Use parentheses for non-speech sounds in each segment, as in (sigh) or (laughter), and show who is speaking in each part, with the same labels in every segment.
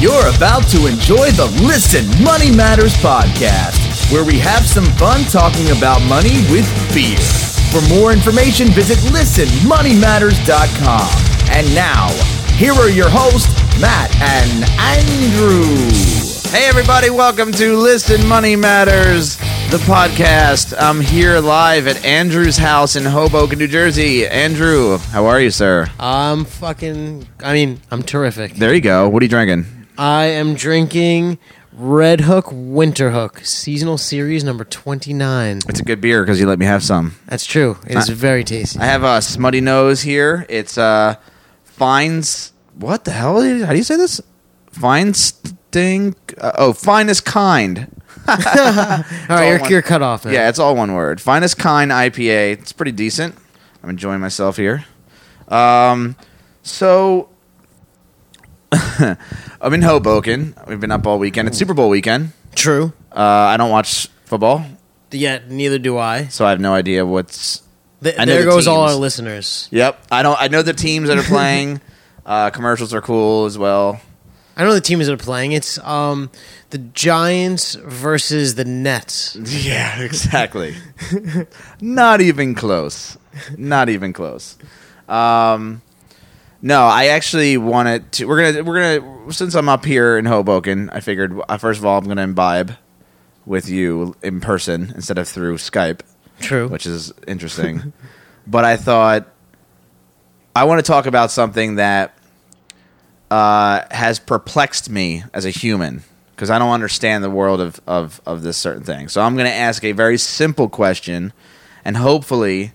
Speaker 1: You're about to enjoy the Listen Money Matters podcast, where we have some fun talking about money with beer. For more information, visit listenmoneymatters.com. And now, here are your hosts, Matt and Andrew.
Speaker 2: Hey, everybody, welcome to Listen Money Matters, the podcast. I'm here live at Andrew's house in Hoboken, New Jersey. Andrew, how are you, sir?
Speaker 3: I'm fucking. I mean, I'm terrific.
Speaker 2: There you go. What are you drinking?
Speaker 3: I am drinking Red Hook Winter Hook seasonal series number 29.
Speaker 2: It's a good beer because you let me have some.
Speaker 3: That's true. It is very tasty.
Speaker 2: I have a smutty nose here. It's uh, Fines. What the hell? is- How do you say this? Feinstein. Uh, oh, finest kind.
Speaker 3: All
Speaker 2: all
Speaker 3: right, you're,
Speaker 2: one-
Speaker 3: you're cut off now.
Speaker 2: Yeah, it's all one word. Finest kind IPA. It's pretty decent. I'm enjoying myself here. Um, so (laughs) I'm in Hoboken. We've been up all weekend. It's Super Bowl weekend.
Speaker 3: true.
Speaker 2: Uh, I don't watch football,
Speaker 3: Yeah, neither do I.
Speaker 2: so I have no idea what's.
Speaker 3: Th-
Speaker 2: I know
Speaker 3: there
Speaker 2: the
Speaker 3: goes all
Speaker 2: teams.
Speaker 3: our listeners.
Speaker 2: Yep, I don't. I know the teams that are playing. uh, commercials are cool as well.
Speaker 3: I know the teams that are playing. It's um the Giants versus the Nets. (laughs)
Speaker 2: Yeah, exactly. Not even close. Not even close. Um, no, I actually wanted to. We're gonna. We're gonna. Since I'm up here in Hoboken, I figured. uh, First of all, I'm gonna imbibe with you in person instead of through Skype,
Speaker 3: True.
Speaker 2: which is interesting. (laughs) but I thought I want to talk about something that uh, has perplexed me as a human because I don't understand the world of, of, of this certain thing. So I'm going to ask a very simple question and hopefully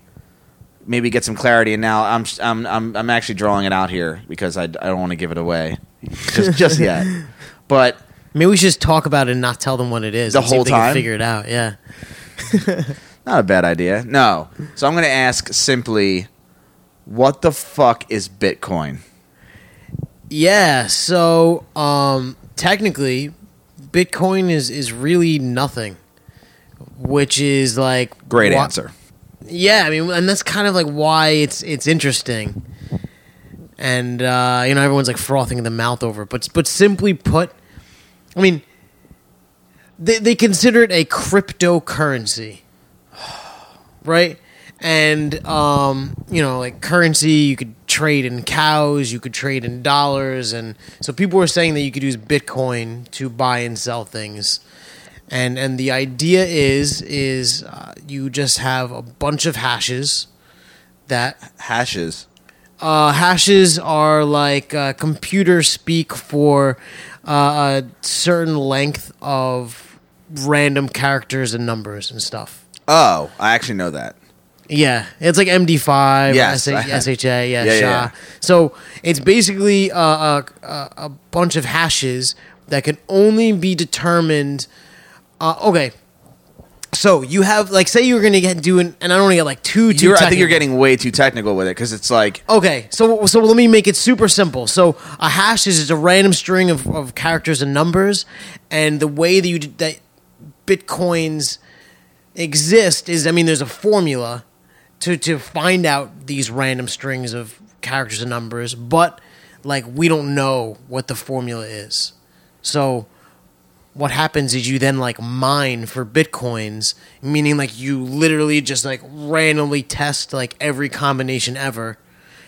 Speaker 2: maybe get some clarity. And now I'm, I'm, I'm, I'm actually drawing it out here because I, I don't want to give it away (laughs) just, just yet. But
Speaker 3: Maybe we should just talk about it and not tell them what it is.
Speaker 2: The
Speaker 3: and see if
Speaker 2: whole
Speaker 3: they can
Speaker 2: time?
Speaker 3: figure it out. Yeah.
Speaker 2: not a bad idea. No. So I'm going to ask simply what the fuck is Bitcoin?
Speaker 3: Yeah, so um, technically, Bitcoin is is really nothing, which is like
Speaker 2: Great
Speaker 3: wha-
Speaker 2: answer.
Speaker 3: Yeah, I mean, and that's kind of like why it's it's interesting, and uh, you know everyone's like frothing in the mouth over it, but but simply put, I mean, they they consider it a cryptocurrency, (sighs) right? And um, you know, like currency, you could trade in cows, you could trade in dollars, and so people were saying that you could use Bitcoin to buy and sell things. And and the idea is is uh, you just have a bunch of hashes that
Speaker 2: Hashes.
Speaker 3: uh, hashes are like uh, computer speak for uh, a certain length of random characters and numbers and stuff.
Speaker 2: Oh, I actually know that.
Speaker 3: Yeah, it's like MD5,
Speaker 2: Yes,
Speaker 3: SA,
Speaker 2: I (laughs) have-
Speaker 3: SHA, yeah,
Speaker 2: Yeah, yeah,
Speaker 3: SHA.
Speaker 2: yeah.
Speaker 3: So it's basically a, a, a a bunch of hashes that can only be determined. Uh, okay, so you have like say you were gonna get doing, and I don't want to get like too too.
Speaker 2: You're, I think you're
Speaker 3: technical.
Speaker 2: getting way too technical with it because it's like
Speaker 3: Okay, so so let me make it super simple. So a hash is just a random string of, of characters and numbers, and the way that you d- that bitcoins exist is, I mean, there's a formula to to find out these random strings of characters and numbers, but like we don't know what the formula is. So what happens is you then like mine for bitcoins, meaning like you literally just like randomly test like every combination ever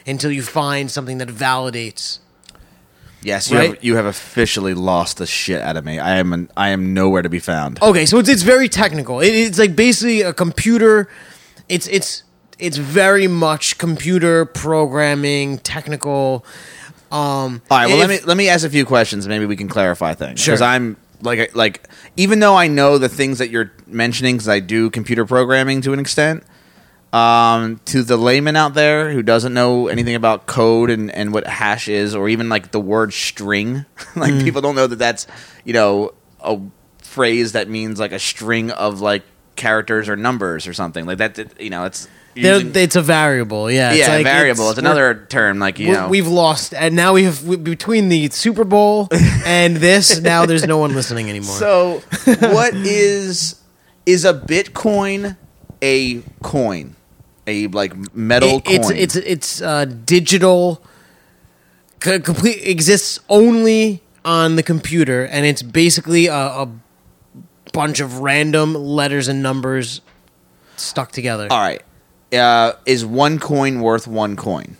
Speaker 3: until you find something that validates.
Speaker 2: yes, you, have,
Speaker 3: Right?
Speaker 2: you have officially lost the shit out of me. I am an, I am nowhere to be found.
Speaker 3: Okay, so it's it's very technical. It, it's like basically a computer. It's it's it's very much computer programming, technical. Um,
Speaker 2: All right, well let
Speaker 3: if-
Speaker 2: me let me ask a few questions. Maybe we can clarify things
Speaker 3: Sure.
Speaker 2: because I'm like like even though I know the things that you're mentioning because I do computer programming to an extent. Um, to the layman out there who doesn't know anything about code and, and what hash is, or even like the word string, (laughs) like
Speaker 3: Mm.
Speaker 2: people don't know that that's you know a phrase that means like a string of like characters or numbers or something like that. that- You know, it's
Speaker 3: they're-
Speaker 2: using-
Speaker 3: it's a variable. Yeah,
Speaker 2: yeah,
Speaker 3: like-
Speaker 2: variable. It's,
Speaker 3: we're-
Speaker 2: another term like you
Speaker 3: we're-
Speaker 2: know
Speaker 3: We've lost, and now we have we, between the
Speaker 2: (laughs)
Speaker 3: Super Bowl and this. Now there's no one listening anymore.
Speaker 2: So,
Speaker 3: (laughs)
Speaker 2: what is is a Bitcoin a coin? A like metal
Speaker 3: It-
Speaker 2: coin?
Speaker 3: It's it's it's uh, digital. c- complete exists only on the computer, and it's basically a, a bunch of random letters and numbers stuck together.
Speaker 2: All right. Uh, is one coin worth one coin?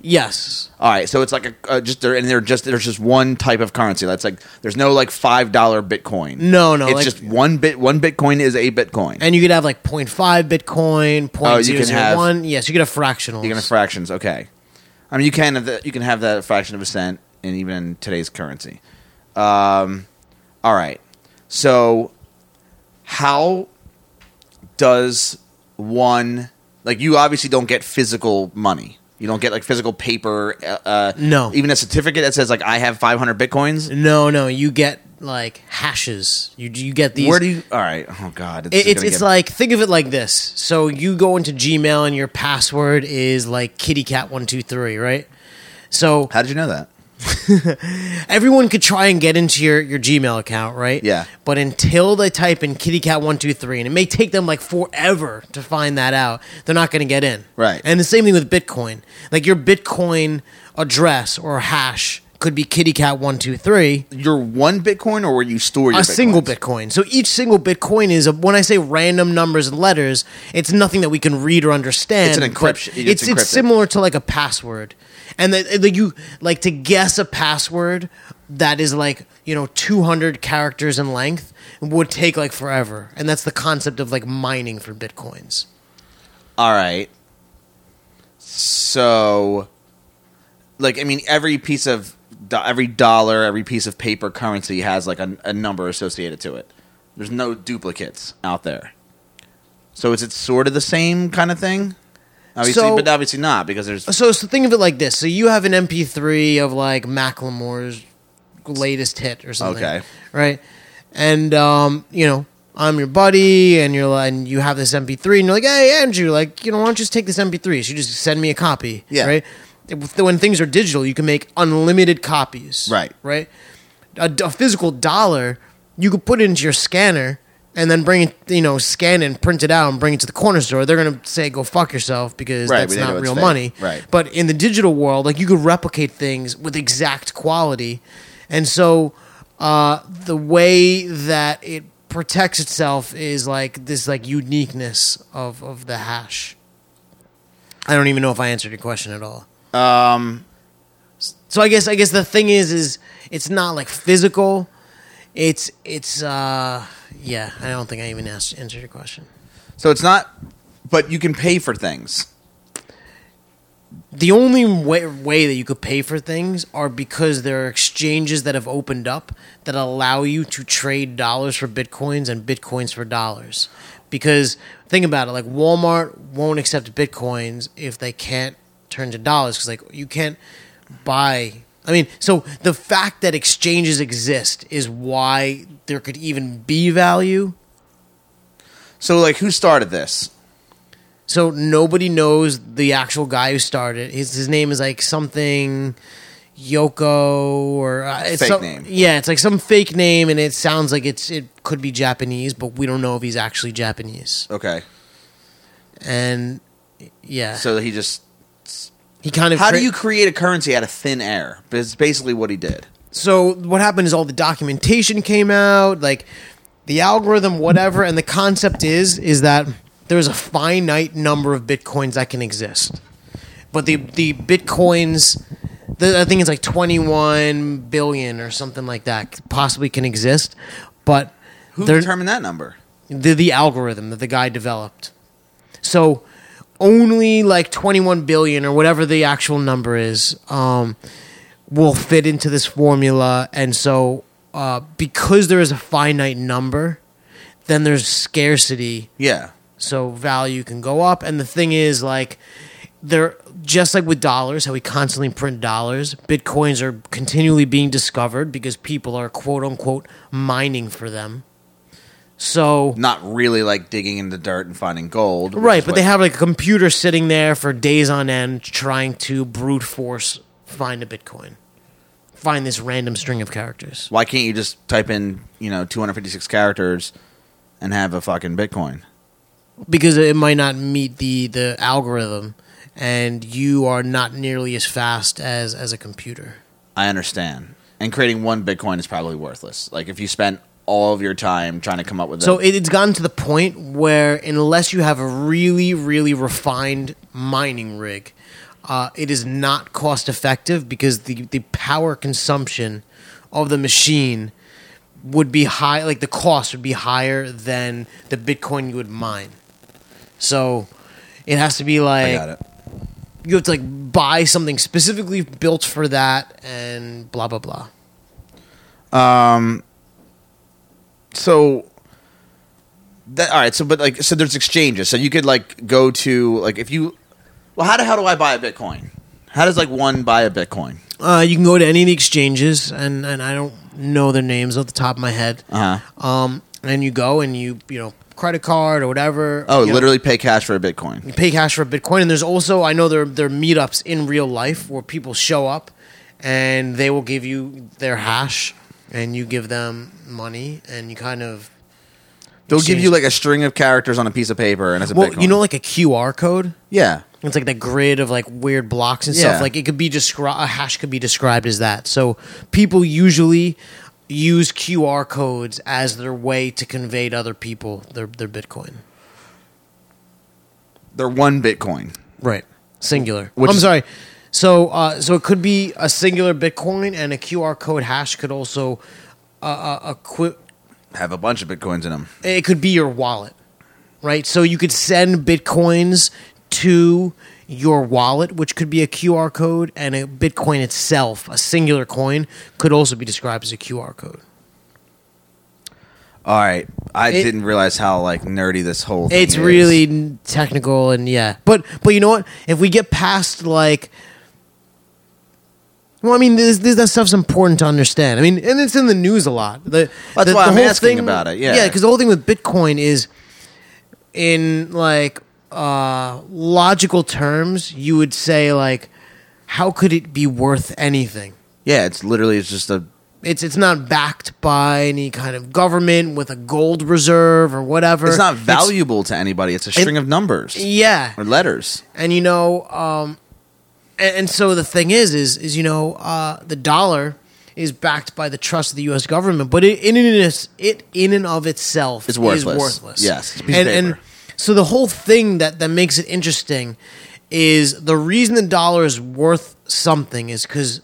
Speaker 3: yes.
Speaker 2: All right, so it's like a uh, just there, and they're just there's just one type of currency. That's like there's no like five dollar Bitcoin.
Speaker 3: No, no,
Speaker 2: it's
Speaker 3: like-
Speaker 2: just one bit. One Bitcoin is a Bitcoin.
Speaker 3: And you could have like 0.5 Bitcoin, 0.001.
Speaker 2: Oh, you can have-
Speaker 3: yes, you could have fractionals.
Speaker 2: You're gonna fractions, okay. I mean, you can have that. You can have that fraction of a cent, and even in today's currency. Um, all right. So, how does one like you? Obviously, don't get physical money. You don't get like physical paper. uh, Uh,
Speaker 3: No.
Speaker 2: even a certificate that says like I have 500 bitcoins.
Speaker 3: no, no, you get like hashes. You you get these.
Speaker 2: Where do you? All right. Oh God.
Speaker 3: It-
Speaker 2: is
Speaker 3: it's
Speaker 2: gonna
Speaker 3: it's
Speaker 2: get-
Speaker 3: like think of it like this. So you go into Gmail and your password is like kitty cat one two three, right? So
Speaker 2: How did you know that?
Speaker 3: everyone could try and get into your, your Gmail account, right?
Speaker 2: Yeah.
Speaker 3: But until they type in kitty cat one two three, and it may take them like forever to find that out, they're not going to get in.
Speaker 2: Right.
Speaker 3: And the same thing with Bitcoin. Like your Bitcoin address or hash could be kitty cat one two three.
Speaker 2: Your one Bitcoin, or where you store your
Speaker 3: a single
Speaker 2: Bitcoins?
Speaker 3: Bitcoin. So each single Bitcoin is a, when I say random numbers and letters, it's nothing that we can read or understand.
Speaker 2: It's an
Speaker 3: but
Speaker 2: encryption- it's
Speaker 3: It's it's,
Speaker 2: encrypted.
Speaker 3: similar to like a password, and that that you like to guess a password that is like you know 200 characters in length would take like forever, and that's the concept of like mining for bitcoins.
Speaker 2: All right. So, like, I mean, every piece of do- every dollar, every piece of paper currency has like a, a number associated to it. There's no duplicates out there. So is it sort of the same kind of thing? Obviously,
Speaker 3: So-
Speaker 2: but obviously not because there's
Speaker 3: So so think of it like this. So you have an MP3 of like Macklemore's latest hit or something.
Speaker 2: Okay.
Speaker 3: Right? And um, you know, I'm your buddy and you're like, and you have this MP3 and you're like, "Hey, Andrew, like, you know, why don't you just take this MP3?" So you just send me a copy,
Speaker 2: Yeah.
Speaker 3: right? If- When things are digital, you can make unlimited copies.
Speaker 2: Right.
Speaker 3: Right? A, d- a physical dollar, you could put it into your scanner and then bring it, you know, scan and print it out and bring it to the corner store. They're going to say, go fuck yourself because
Speaker 2: Right, but
Speaker 3: that's
Speaker 2: they know
Speaker 3: not
Speaker 2: it's
Speaker 3: real
Speaker 2: fake.
Speaker 3: money.
Speaker 2: Right.
Speaker 3: But in the digital world, like you could replicate things with exact quality, and so uh, the way that it protects itself is like this like uniqueness of of the hash. I don't even know if I answered your question at all. Um. So I guess I guess the thing is is it's not like physical. It's it's uh yeah. I don't think I even asked, answered your question.
Speaker 2: so it's not. But you can pay for things.
Speaker 3: the only way, way that you could pay for things are because there are exchanges that have opened up that allow you to trade dollars for bitcoins and bitcoins for dollars. Because think about it, like Walmart won't accept bitcoins if they can't turn to dollars because like you can't buy. I mean, so the fact that exchanges exist is why there could even be value.
Speaker 2: So like, who started this?
Speaker 3: So nobody knows the actual guy who started. His his name is like something Yoko or uh, it's
Speaker 2: Fake
Speaker 3: some-
Speaker 2: name.
Speaker 3: Yeah, it's like some fake name, and it sounds like it's it could be Japanese, but we don't know if he's actually Japanese.
Speaker 2: Okay,
Speaker 3: And yeah, so
Speaker 2: so he just.
Speaker 3: he kind of
Speaker 2: How do
Speaker 3: cre-
Speaker 2: you create a currency out of thin air? But it's basically what he did.
Speaker 3: so what happened is all the documentation came out like the algorithm whatever and the concept is is that there's a finite number of bitcoins that can exist but the the bitcoins the, i think it's like 21 billion or something like that possibly can exist but
Speaker 2: Who
Speaker 3: they're-
Speaker 2: determined that number?
Speaker 3: the, the algorithm that the guy developed. So only like 21 billion or whatever the actual number is um, will fit into this formula. And so uh, because there is a finite number, then there's scarcity
Speaker 2: Yeah.
Speaker 3: so value can go up and the thing is like they're just like with dollars how we constantly print dollars bitcoins are continually being discovered because people are quote unquote mining for them so
Speaker 2: not really like digging in the dirt and finding gold. which
Speaker 3: right
Speaker 2: is
Speaker 3: but
Speaker 2: what-
Speaker 3: they have like a computer sitting there for days on end trying to brute force find a bitcoin find this random string of characters
Speaker 2: Why can't you just type in you know 256 characters and have a fucking Bitcoin?
Speaker 3: because it might not meet the the algorithm and you are not nearly as fast as as a computer
Speaker 2: I understand. and creating one Bitcoin is probably worthless. Like if you spent all of your time trying to come up with
Speaker 3: So
Speaker 2: a-
Speaker 3: it, it's gotten to the point where, unless you have a really, really refined mining rig, uh, it is not cost effective because the, the power consumption of the machine would be high, like the cost would be higher than the Bitcoin you would mine. So it has to be like
Speaker 2: I got it.
Speaker 3: you have to like buy something specifically built for that and blah blah blah.
Speaker 2: so that, all right so but like so there's exchanges so you could like go to like if you well how the hell do i buy a bitcoin how does like one buy a bitcoin
Speaker 3: Uh, you can go to any of the exchanges, and, and I don't know their names off the top of my head.
Speaker 2: uh-huh
Speaker 3: Um, and you go and you you know credit card or whatever.
Speaker 2: oh
Speaker 3: you know,
Speaker 2: literally pay cash for a bitcoin
Speaker 3: you pay cash for Bitcoin. And there's also I know there there are meetups in real life where people show up, and they will give you their hash, and you give them money, and you kind of
Speaker 2: they'll give
Speaker 3: Exchange.
Speaker 2: you like a string of characters on a piece of paper and it's a
Speaker 3: well
Speaker 2: bitcoin
Speaker 3: you know like a QR code.
Speaker 2: yeah
Speaker 3: It's like that grid of like weird blocks and stuff.
Speaker 2: Yeah.
Speaker 3: Like it could be described, a hash could be described as that. So people usually use QR codes as their way to convey to other people their, their Bitcoin.
Speaker 2: they're one bitcoin
Speaker 3: Right. Singular.
Speaker 2: Which
Speaker 3: I'm
Speaker 2: is-
Speaker 3: sorry. So, uh, so it could be a singular Bitcoin and a QR code hash could also, uh, uh, a qui-
Speaker 2: have a bunch of bitcoins in them
Speaker 3: it could be your wallet, right? So you could send bitcoins to your wallet, which could be a QR code, and a bitcoin itself, a singular coin, could also be described as a QR code.
Speaker 2: all right i
Speaker 3: It-
Speaker 2: didn't realize how like nerdy this whole thing
Speaker 3: It's
Speaker 2: is.
Speaker 3: really n- technical, and yeah, but but you know what? If we get past like. Well, I mean, this, this, that stuff's important to understand. I mean, and it's in the news a lot. The,
Speaker 2: That's
Speaker 3: the-
Speaker 2: why
Speaker 3: the
Speaker 2: I'm
Speaker 3: whole
Speaker 2: asking
Speaker 3: thing-
Speaker 2: about it, yeah.
Speaker 3: yeah, because the whole thing with Bitcoin is, in like uh, logical terms, you would say like, how could it be worth anything?
Speaker 2: yeah it's literally it's just a
Speaker 3: It's it's not backed by any kind of government with a gold reserve or whatever.
Speaker 2: it's not valuable to anybody it's a string of numbers
Speaker 3: yeah,
Speaker 2: or letters
Speaker 3: and you know um and, and so the thing is is is you know uh the dollar is backed by the trust of the U.S. government, but it in and of, its- it in and of itself
Speaker 2: It's worthless.
Speaker 3: Is worthless.
Speaker 2: Yes, it's a piece of
Speaker 3: and, and
Speaker 2: paper.
Speaker 3: so the whole thing that that makes it interesting is the reason the dollar is worth something is because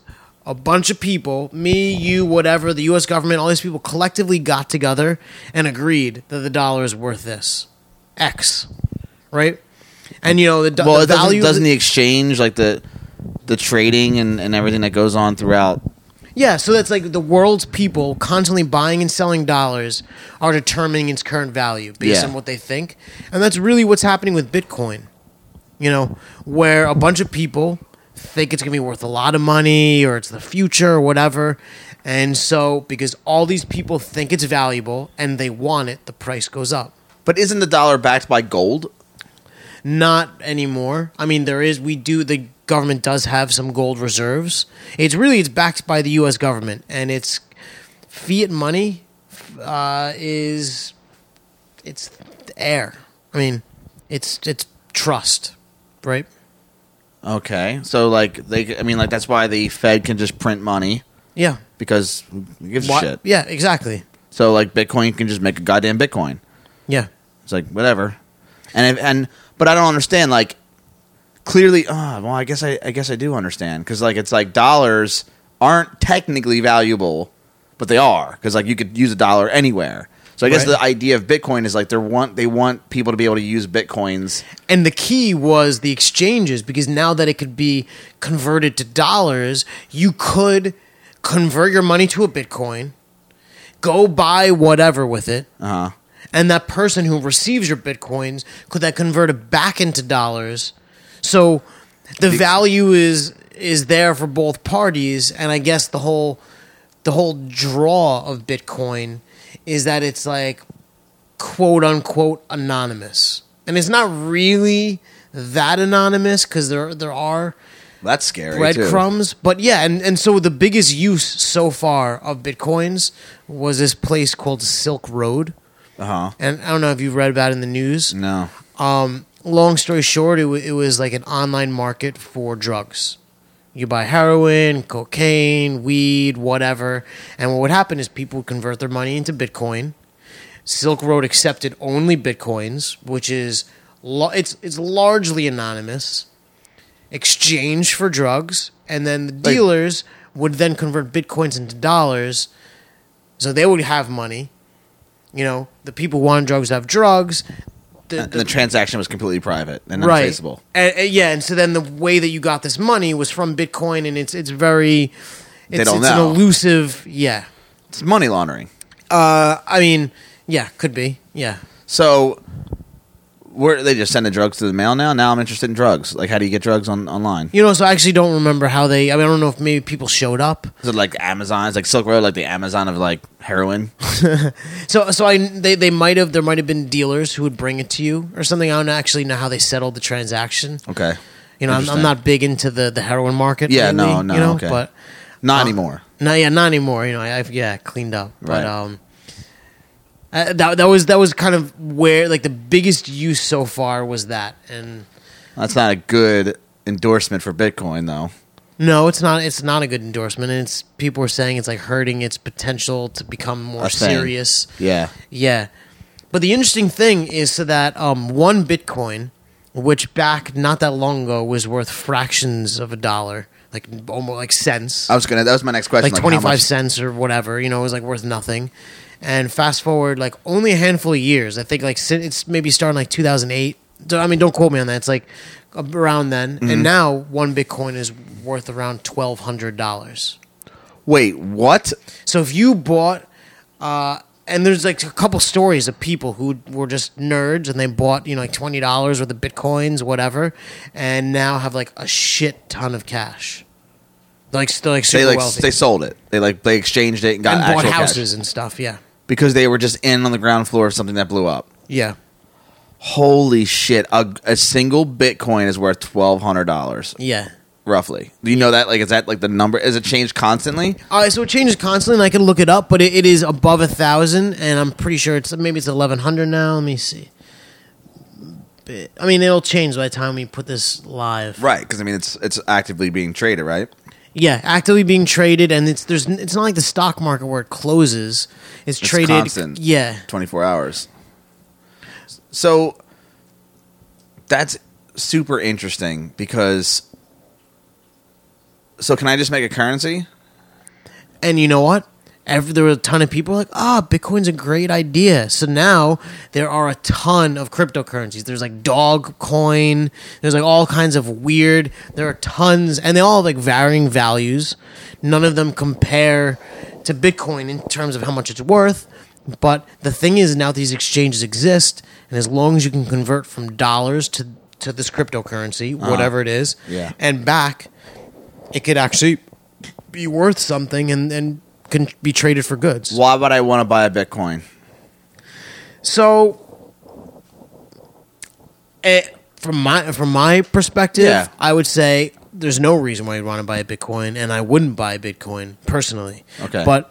Speaker 3: a bunch of people, me, you, whatever, the U.S. government, all these people collectively got together and agreed that the dollar is worth this X, right? And you know the, do-
Speaker 2: well,
Speaker 3: the
Speaker 2: it doesn't,
Speaker 3: value of
Speaker 2: doesn't
Speaker 3: the-
Speaker 2: the exchange like the the trading and, and everything that goes on throughout?
Speaker 3: Yeah, so that's like the world's people constantly buying and selling dollars are determining its current value based
Speaker 2: Yeah.
Speaker 3: on what they think. And that's really what's happening with Bitcoin. You know, where a bunch of people think it's going to be worth a lot of money or it's the future or whatever. And so because all these people think it's valuable and they want it, the price goes up.
Speaker 2: But isn't the dollar backed by gold?
Speaker 3: Not anymore. I mean, there is we do the government does have some gold reserves. It's really it's backed by the U.S. government, and it's fiat money uh, is it's air. I mean, it's it's trust, right?
Speaker 2: Okay, so like they, I mean, like that's why the Fed can just print money
Speaker 3: Yeah.
Speaker 2: because who gives
Speaker 3: Why-
Speaker 2: a shit.
Speaker 3: Yeah. Exactly.
Speaker 2: So like Bitcoin can just make a goddamn Bitcoin.
Speaker 3: Yeah.
Speaker 2: It's like whatever, and if, and but I don't understand. Like clearly, ah, well, I guess I, I guess I do understand because like it's like dollars aren't technically valuable, but they are because like you could use a dollar anywhere. So I guess
Speaker 3: Right.
Speaker 2: the idea of Bitcoin is like they want they want people to be able to use bitcoins.
Speaker 3: And the key was the exchanges because now that it could be converted to dollars, you could convert your money to a Bitcoin, go buy whatever with it,
Speaker 2: Uh huh.
Speaker 3: and that person who receives your Bitcoins could that convert it back into dollars. So the value is is there for both parties, and I guess the whole the whole draw of Bitcoin is that it's like quote unquote anonymous, and it's not really that anonymous because there there are
Speaker 2: That's scary. too.
Speaker 3: breadcrumbs, but yeah, and and so the biggest use so far of Bitcoins was this place called Silk Road
Speaker 2: Uh huh.
Speaker 3: and I don't know if you've read about it in the news.
Speaker 2: No.
Speaker 3: Um, long story short, it, w- it was like an online market for drugs, You buy heroin, cocaine, weed, whatever. And what would happen is people would convert their money into Bitcoin. Silk Road accepted only Bitcoins, which is lo- it's it's largely anonymous exchange for drugs, and then the dealers would then convert Bitcoins into dollars, so they would have money. You know, the people who wanted drugs have drugs. The-
Speaker 2: And the transaction was completely private and
Speaker 3: right.
Speaker 2: untraceable.
Speaker 3: And- and- yeah, and so then the way that you got this money was from Bitcoin, and it's it's very it's,
Speaker 2: don't
Speaker 3: it's
Speaker 2: know.
Speaker 3: an elusive. Yeah,
Speaker 2: It's money laundering.
Speaker 3: uh, I mean, yeah, could be. Yeah,
Speaker 2: So, where they just send the drugs to the mail now? Now I'm interested in drugs. Like, how do you get drugs on online?
Speaker 3: you know. So I actually don't remember how they. I mean, I don't know if maybe people showed up.
Speaker 2: Is it like Amazon? It's like Silk Road, like the Amazon of like heroin.
Speaker 3: So so I they, they might have there might have been dealers who would bring it to you or something. I don't actually know how they settled the transaction.
Speaker 2: Okay,
Speaker 3: You know, I'm, I'm
Speaker 2: Interesting.
Speaker 3: not big into the the heroin market.
Speaker 2: Yeah,
Speaker 3: lately,
Speaker 2: no, no,
Speaker 3: you know,
Speaker 2: okay.
Speaker 3: but
Speaker 2: not
Speaker 3: Uh,
Speaker 2: anymore.
Speaker 3: no, yeah, not anymore. You know, I, I've yeah cleaned up,
Speaker 2: Right.
Speaker 3: but um. Uh, that, that was that was kind of where like the biggest use so far was that and
Speaker 2: That's not a good endorsement for Bitcoin, though.
Speaker 3: no it's not it's not a good endorsement and it's people are saying it's like hurting its potential to become more
Speaker 2: A thing.
Speaker 3: serious
Speaker 2: Yeah,
Speaker 3: Yeah. But the interesting thing is so that um, one Bitcoin, which back not that long ago was worth fractions of a dollar, like almost like cents,
Speaker 2: I was gonna. That was my next question.
Speaker 3: like
Speaker 2: how
Speaker 3: 25
Speaker 2: much-
Speaker 3: cents or whatever, you know, it was like worth nothing. And fast forward like only a handful of years. I think like sin- it's maybe starting like 2008. So, I mean, don't quote me on that. It's like around then.
Speaker 2: Mm-hmm.
Speaker 3: And now one Bitcoin is worth around $1,200.
Speaker 2: Wait, what?
Speaker 3: So if you bought, uh, and there's like a couple stories of people who were just nerds and they bought, you know, like twenty dollars worth of bitcoins, whatever, and now have like a shit ton of cash. Like, still like super
Speaker 2: They like
Speaker 3: wealthy
Speaker 2: they sold it. They like they exchanged it and got
Speaker 3: and bought
Speaker 2: actual cash.
Speaker 3: houses and stuff. Yeah,
Speaker 2: because they were just in on the ground floor of something that blew up.
Speaker 3: yeah,
Speaker 2: Holy shit! A, a single Bitcoin is worth twelve hundred dollars,
Speaker 3: yeah.
Speaker 2: roughly. Do you know that? Like, is that like the number? Is it changed constantly?
Speaker 3: Uh, so it changes constantly, and I can look it up, but it, it is above a thousand, and I'm pretty sure it's maybe it's eleven hundred now. Let me see. Bit- I mean, it'll change by the time we put this live.
Speaker 2: Right, because I mean, it's it's actively being traded, right?
Speaker 3: Yeah, actively being traded, and it's there's it's not like the stock market where it closes. It's, traded.
Speaker 2: constant.
Speaker 3: Yeah,
Speaker 2: Twenty four hours. So that's super interesting because. So can I just make a currency?
Speaker 3: and you know what? Every, there were a ton of people like, ah, Bitcoin's a great idea. So now there are a ton of cryptocurrencies. There's like dog coin. There's like all kinds of weird. There are tons, and they all have like varying values. None of them compare to Bitcoin in terms of how much it's worth. But the thing is, now these exchanges exist, and as long as you can convert from dollars to to this cryptocurrency, whatever it is,
Speaker 2: Yeah.
Speaker 3: and back, it could actually be worth something and and can be traded for goods.
Speaker 2: Why would I want to buy a Bitcoin?
Speaker 3: So, eh, from my from my perspective,
Speaker 2: Yeah.
Speaker 3: I would say there's no reason why you'd want to buy a Bitcoin, and I wouldn't buy a Bitcoin personally.
Speaker 2: Okay.
Speaker 3: but.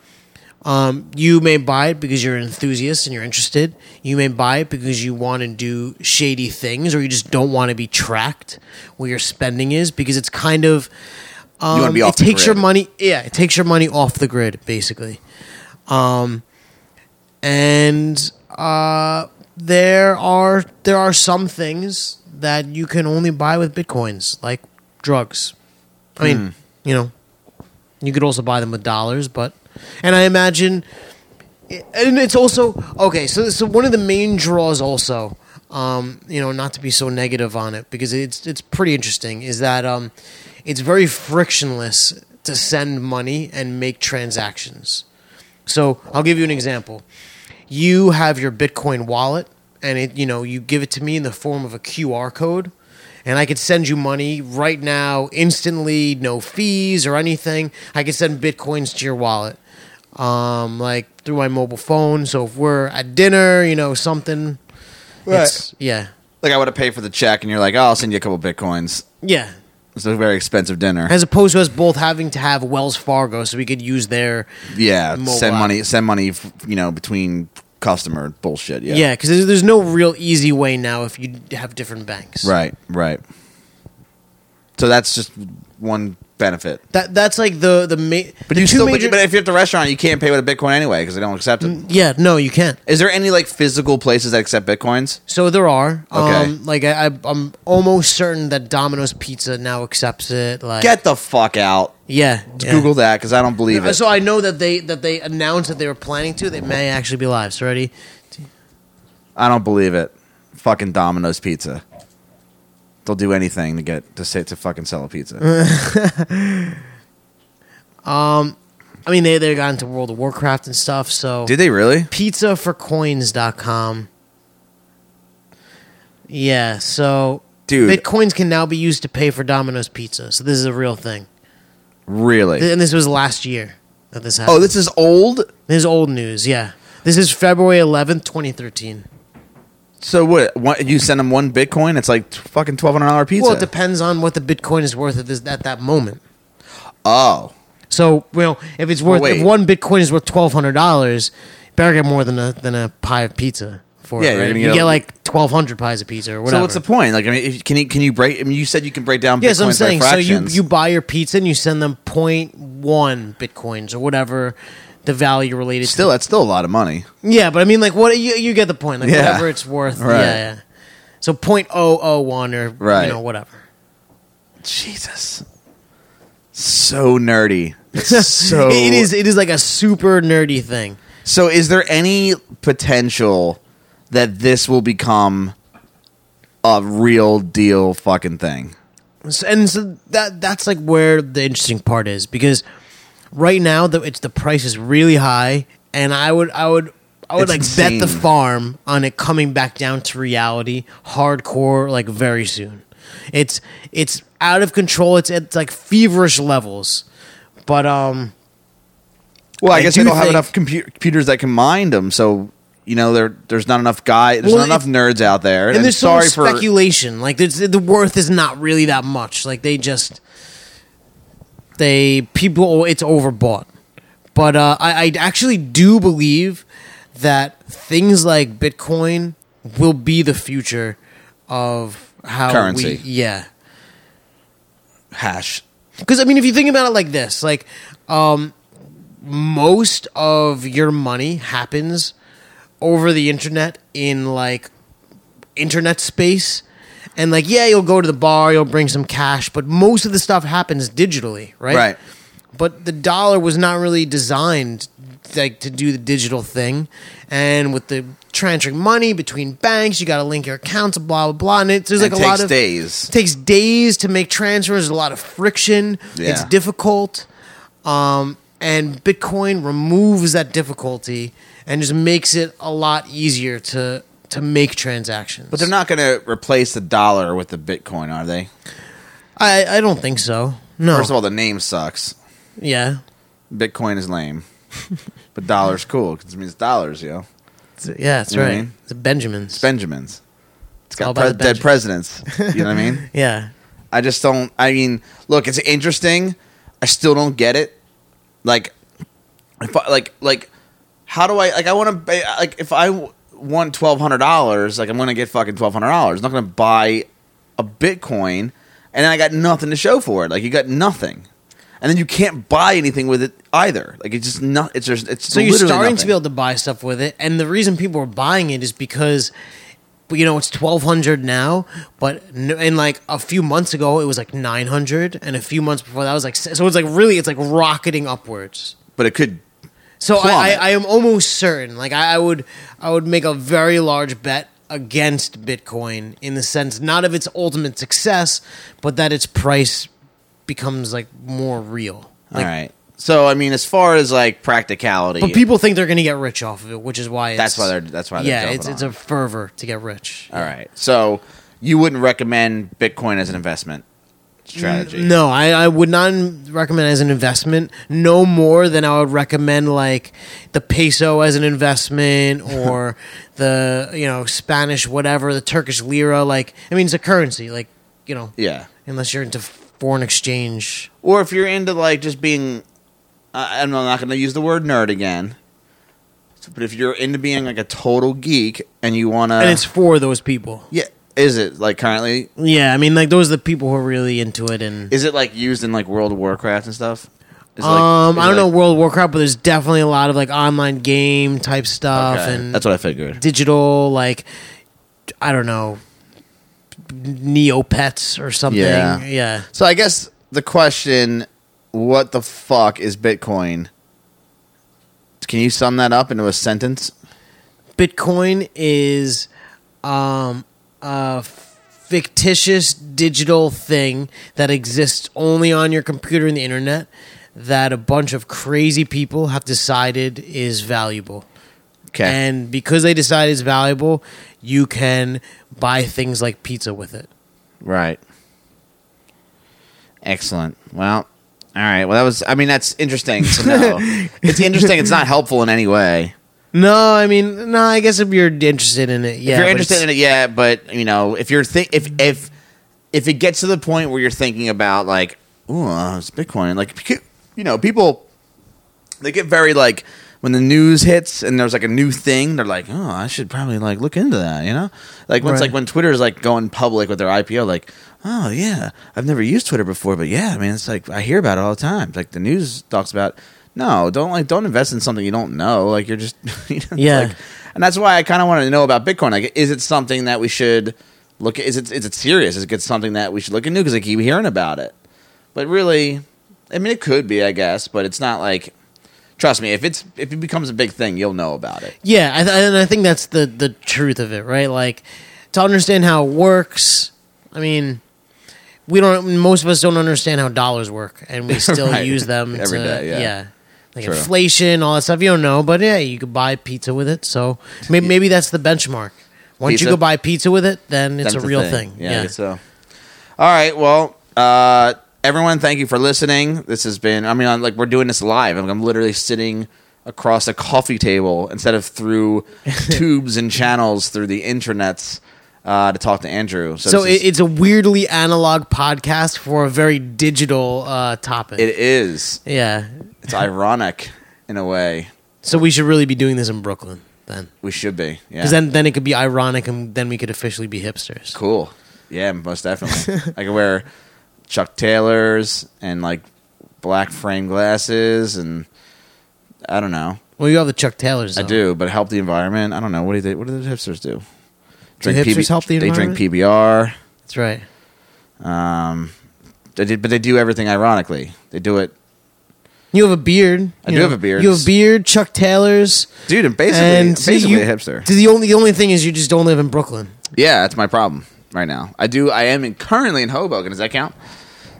Speaker 3: Um, you may buy it because you're an enthusiast and you're interested. You may buy it because you want to do shady things or you just don't want to be tracked where your spending is because it's kind of um,
Speaker 2: wanna be off
Speaker 3: it
Speaker 2: the
Speaker 3: takes your
Speaker 2: grid.
Speaker 3: money yeah, it takes your money off the grid basically. Um, and uh, there are there are some things that you can only buy with bitcoins, like drugs. I
Speaker 2: Hmm.
Speaker 3: mean, you know, you could also buy them with dollars, but and I imagine, and it's also okay. So, so one of the main draws, also, um, you know, not to be so negative on it because it's it's pretty interesting. Is that um, it's very frictionless to send money and make transactions. So I'll give you an example. You have your Bitcoin wallet, and it you know you give it to me in the form of a QR code, and I could send you money right now, instantly, no fees or anything. I could send bitcoins to your wallet, um, like through my mobile phone. So if we're at dinner, you know something, it's- yeah,
Speaker 2: Like I would have paid for the check, and you're like, "Oh, I'll send you a couple bitcoins."
Speaker 3: yeah.
Speaker 2: It's a very expensive dinner.
Speaker 3: As opposed to us both having to have Wells Fargo, so we could use their
Speaker 2: yeah,
Speaker 3: mobile
Speaker 2: send
Speaker 3: app.
Speaker 2: money. Send money. f- You know, between customer bullshit. Yeah.
Speaker 3: yeah, because there's, there's no real easy way now if you have different banks,
Speaker 2: Right. Right. So that's just one benefit.
Speaker 3: That that's like the the ma-
Speaker 2: But
Speaker 3: the
Speaker 2: you
Speaker 3: two
Speaker 2: still, but
Speaker 3: major- Mm.
Speaker 2: you- but if you're at the restaurant, you can't pay with a Bitcoin anyway because they don't accept it.
Speaker 3: yeah, no, you can't.
Speaker 2: Is there any like physical places that accept bitcoins?
Speaker 3: So there are.
Speaker 2: Okay.
Speaker 3: Um, like I, I, I'm almost certain that Domino's Pizza now accepts it. Like
Speaker 2: Get the fuck out.
Speaker 3: yeah, yeah. Uh,
Speaker 2: Google that because I don't believe it.
Speaker 3: So I know that they that they announced that they were planning to. They may actually be live. So ready?
Speaker 2: I don't believe it. Fucking Domino's Pizza. They'll do anything to get to say to fucking sell a
Speaker 3: Uh,
Speaker 2: pizza.
Speaker 3: I mean, they they got into World of Warcraft and stuff. So
Speaker 2: Did they really?
Speaker 3: pizzaforcoins.com. Yeah. So
Speaker 2: Dude.
Speaker 3: bitcoins can now be used to pay for Domino's Pizza. So this is a real thing.
Speaker 2: Really?
Speaker 3: And this was last year that this happened.
Speaker 2: Oh, this is old.
Speaker 3: This is old news, yeah. This is February 11th, 2013.
Speaker 2: So what? what you send them one Bitcoin? It's like t- fucking twelve hundred dollar pizza.
Speaker 3: Well, it depends on what the Bitcoin is worth at, this, at that moment.
Speaker 2: oh,
Speaker 3: So, you know, if it's worth
Speaker 2: wait.
Speaker 3: if one Bitcoin is worth $1,200, better get more than a than a pie of pizza for
Speaker 2: Yeah,
Speaker 3: it.
Speaker 2: you're
Speaker 3: Right?
Speaker 2: gonna
Speaker 3: you
Speaker 2: get
Speaker 3: get
Speaker 2: a-
Speaker 3: like 1,200 pies of pizza or whatever.
Speaker 2: so what's the point? Like, I mean, if, can you can you break? I mean, you said you can break down Bitcoins
Speaker 3: Yes, I'm
Speaker 2: by
Speaker 3: saying. So you,
Speaker 2: fractions.
Speaker 3: you buy your pizza and you send them 0.1 bitcoins or whatever the value related to
Speaker 2: still that's still a lot of money.
Speaker 3: Yeah, but I mean, like, what you, you get the point. Like,
Speaker 2: Yeah.
Speaker 3: whatever it's worth.
Speaker 2: Right.
Speaker 3: Yeah, yeah. So 0.001 or,
Speaker 2: Right.
Speaker 3: you know, whatever.
Speaker 2: Jesus, so
Speaker 3: (laughs)
Speaker 2: nerdy. It's (laughs) so
Speaker 3: it is it is like a super nerdy thing.
Speaker 2: So is there any potential that this will become a real deal fucking thing?
Speaker 3: So- And so that that's like where the interesting part is because right now the it's the price is really high and I would I would I would
Speaker 2: It's
Speaker 3: like bet the
Speaker 2: insane.
Speaker 3: farm on it coming back down to reality hardcore like very soon. It's it's out of control. It's at like feverish levels. But um
Speaker 2: Well, I,
Speaker 3: I
Speaker 2: guess we
Speaker 3: do
Speaker 2: don't have
Speaker 3: think-
Speaker 2: enough compu- computers that can mine them, so you know there there's not enough guy there's
Speaker 3: Well,
Speaker 2: not enough
Speaker 3: it-
Speaker 2: nerds out there.
Speaker 3: and,
Speaker 2: I'm
Speaker 3: there's
Speaker 2: sorry
Speaker 3: so much speculation. Like there's, the worth is not really that much. Like they just they people it's overbought. But uh, I, I actually do believe that things like Bitcoin will be the future of how
Speaker 2: Currency.
Speaker 3: We, yeah,
Speaker 2: for hash.
Speaker 3: because I mean, if you think about it like this, like um, most of your money happens over the internet in like internet space, and like yeah, you'll go to the bar, you'll bring some cash, but most of the stuff happens digitally, right?
Speaker 2: Right.
Speaker 3: But the dollar was not really designed like to do the digital thing, and with the transferring money between banks, you got to link your accounts, blah blah blah, and it's there's like
Speaker 2: it
Speaker 3: a
Speaker 2: takes
Speaker 3: lot of
Speaker 2: days.
Speaker 3: it takes days to make transfers. There's a lot of friction.
Speaker 2: Yeah.
Speaker 3: It's difficult. Um, and Bitcoin removes that difficulty and just makes it a lot easier to to make transactions.
Speaker 2: But they're not going to replace the dollar with the Bitcoin, are they?
Speaker 3: I, I don't think so. No.
Speaker 2: First of all, the name sucks.
Speaker 3: yeah.
Speaker 2: Bitcoin is
Speaker 3: (laughs)
Speaker 2: lame, but dollar's cool because it means dollars, yo.
Speaker 3: It's- yeah, that's
Speaker 2: You know what I
Speaker 3: right.
Speaker 2: mean?
Speaker 3: It's Benjamin's.
Speaker 2: Benjamins. It's
Speaker 3: all
Speaker 2: got
Speaker 3: about
Speaker 2: pre-
Speaker 3: the
Speaker 2: dead presidents. You know what I
Speaker 3: (laughs)
Speaker 2: mean?
Speaker 3: yeah.
Speaker 2: I just don't. I mean, look, it's interesting. I still don't get it. Like, if I, like, like, how do I like? I want to like if I w- won twelve hundred dollars, like I'm gonna get fucking twelve hundred dollars. I'm not gonna buy a Bitcoin, and then I got nothing to show for it. Like you got nothing, and then you can't buy anything with it either. Like it's just not. It's just it's
Speaker 3: So you're
Speaker 2: literally
Speaker 3: starting to
Speaker 2: nothing.
Speaker 3: be able to buy stuff with it, and the reason people are buying it is because, you know, it's twelve hundred now, but n- and like a few months ago it was like nine hundred, and a few months before that was like s- so it's like really it's like rocketing upwards.
Speaker 2: but it could.
Speaker 3: So I, I,
Speaker 2: Plummet.
Speaker 3: I am almost certain, like I, I would I would make a very large bet against Bitcoin in the sense not of its ultimate success, but that its price becomes like more real. Like,
Speaker 2: all right. So I mean, as far as like practicality,
Speaker 3: But people think they're going to get rich off of it, which is why it's,
Speaker 2: That's why they're- that's why they're
Speaker 3: yeah,
Speaker 2: jumping
Speaker 3: it's it's
Speaker 2: on
Speaker 3: a fervor to get rich.
Speaker 2: All right. So you wouldn't recommend Bitcoin as an investment strategy.
Speaker 3: Uh, No, I, I would not recommend as an investment. No more than I would recommend like the peso as an investment (laughs) or the you know Spanish whatever the Turkish lira. Like I mean, it's a currency. Like you know,
Speaker 2: Yeah.
Speaker 3: unless you're into foreign exchange.
Speaker 2: Or if you're into like just being, I I'm not going to use the word nerd again. But if you're into being like a total geek and you want to,
Speaker 3: and it's for those people.
Speaker 2: yeah, Is it like currently?
Speaker 3: Yeah, I mean, like those are the people who are really into it, and
Speaker 2: Is it like used in like World of Warcraft and stuff? Is it, like- is
Speaker 3: um, I
Speaker 2: it,
Speaker 3: don't know
Speaker 2: like-
Speaker 3: World of Warcraft, but there's definitely a lot of like online game type stuff
Speaker 2: Okay,
Speaker 3: and
Speaker 2: That's what I figured.
Speaker 3: digital, like I don't know, Neopets or something.
Speaker 2: Yeah.
Speaker 3: yeah.
Speaker 2: So I guess the question, what the fuck is Bitcoin? Can you sum that up into a sentence?
Speaker 3: Bitcoin is um, a fictitious digital thing that exists only on your computer and the internet that a bunch of crazy people have decided is valuable.
Speaker 2: Okay.
Speaker 3: And because they decide it's valuable, you can buy things like pizza with it.
Speaker 2: Right. Excellent. Well, all right. Well, that was. I mean, that's interesting to know. it's interesting. It's not helpful in any way.
Speaker 3: No, I mean, no, I guess if you're interested in it, yeah.
Speaker 2: if
Speaker 3: but
Speaker 2: you're interested
Speaker 3: it's-
Speaker 2: in it, yeah. But you know, if you're think if if if it gets to the point where you're thinking about like, ooh, uh, it's Bitcoin. Like, you know, people they get very like when the news hits and there's like a new thing, they're like, oh, I should probably like look into that. You know, like when it's
Speaker 3: Right.
Speaker 2: like when Twitter's like going public with their IPO, like. Oh yeah, I've never used Twitter before, but yeah, I mean, it's like I hear about it all the time. Like the news talks about. No, don't like don't invest in something you don't know. Like you're just (laughs) you know,
Speaker 3: Yeah.
Speaker 2: like- and that's why I kind of wanted to know about Bitcoin. Like, is it something that we should look? At, is it is it serious? Is it something that we should look into? Because I keep hearing about it, but really, I mean, it could be, I guess, but it's not like. Trust me, if it's if it becomes a big thing, you'll know about it.
Speaker 3: Yeah, I th- and I think that's the the truth of it, right? Like to understand how it works. I mean, we don't. Most of us don't understand how dollars work,
Speaker 2: (laughs)
Speaker 3: and we still
Speaker 2: Right.
Speaker 3: use them
Speaker 2: Every
Speaker 3: to,
Speaker 2: day, yeah.
Speaker 3: Like
Speaker 2: True.
Speaker 3: inflation, all that stuff. You don't know, but yeah, you could buy pizza with
Speaker 2: (laughs)
Speaker 3: it. So maybe, maybe that's the benchmark. Once
Speaker 2: Pizza?
Speaker 3: you go buy pizza with it, then it's
Speaker 2: That's
Speaker 3: a
Speaker 2: the
Speaker 3: real thing.
Speaker 2: Yeah,
Speaker 3: Yeah.
Speaker 2: I guess so. All right. Well, uh, everyone, thank you for listening. This has been. I mean, I'm, like we're doing this live. I'm, I'm literally sitting across a coffee table instead of
Speaker 3: (laughs)
Speaker 2: through tubes and channels through the internets uh, to talk to Andrew. So,
Speaker 3: So
Speaker 2: this
Speaker 3: it,
Speaker 2: is-
Speaker 3: it's a weirdly analog podcast for a very digital uh, topic.
Speaker 2: it is.
Speaker 3: yeah.
Speaker 2: It's ironic in a way.
Speaker 3: So we should really be doing this in Brooklyn then.
Speaker 2: We should be. Yeah.
Speaker 3: Because then, then it could be ironic, and then we could officially be hipsters.
Speaker 2: cool. Yeah, most definitely. I can wear Chuck Taylors and like black frame glasses and I don't know.
Speaker 3: Well, you have the Chuck Taylors.
Speaker 2: I
Speaker 3: though.
Speaker 2: do, but help the environment. I don't know. What do they? What do the hipsters do?
Speaker 3: hipsters help the environment?
Speaker 2: They drink PBR.
Speaker 3: That's right.
Speaker 2: Um, they did, but they do everything ironically. They do it,
Speaker 3: You have a beard.
Speaker 2: I
Speaker 3: you
Speaker 2: do have a beard.
Speaker 3: You have a beard, Chuck Taylors,
Speaker 2: dude. And basically,
Speaker 3: and see,
Speaker 2: basically
Speaker 3: you-
Speaker 2: a hipster.
Speaker 3: The only the only thing is you just don't live in Brooklyn.
Speaker 2: yeah, that's my problem right now. I do. I am in, currently in Hoboken. Does that count?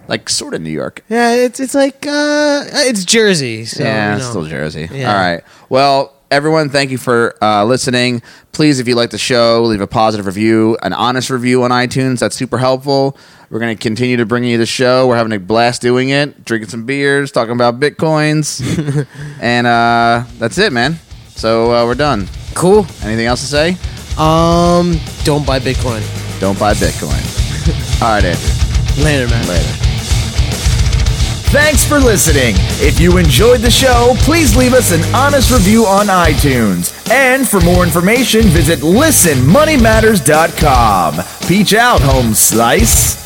Speaker 2: Like sort of New York.
Speaker 3: Yeah, it's it's like uh, it's Jersey. So,
Speaker 2: yeah,
Speaker 3: you
Speaker 2: it's
Speaker 3: know.
Speaker 2: still Jersey.
Speaker 3: Yeah.
Speaker 2: All right. Well, everyone, thank you for uh, listening. Please, if you like the show, leave a positive review, an honest review on iTunes. That's super helpful. We're going to continue to bring you the show. We're having a blast doing it, drinking some beers, talking about bitcoins, and uh, that's it, man. So uh, we're done.
Speaker 3: cool.
Speaker 2: Anything else to say?
Speaker 3: Um, don't buy Bitcoin.
Speaker 2: Don't buy Bitcoin. All right, Andrew.
Speaker 3: Later, man.
Speaker 2: Later.
Speaker 1: Thanks for listening. If you enjoyed the show, please leave us an honest review on iTunes. And for more information, visit listenmoneymatters.com. Peach out, home slice.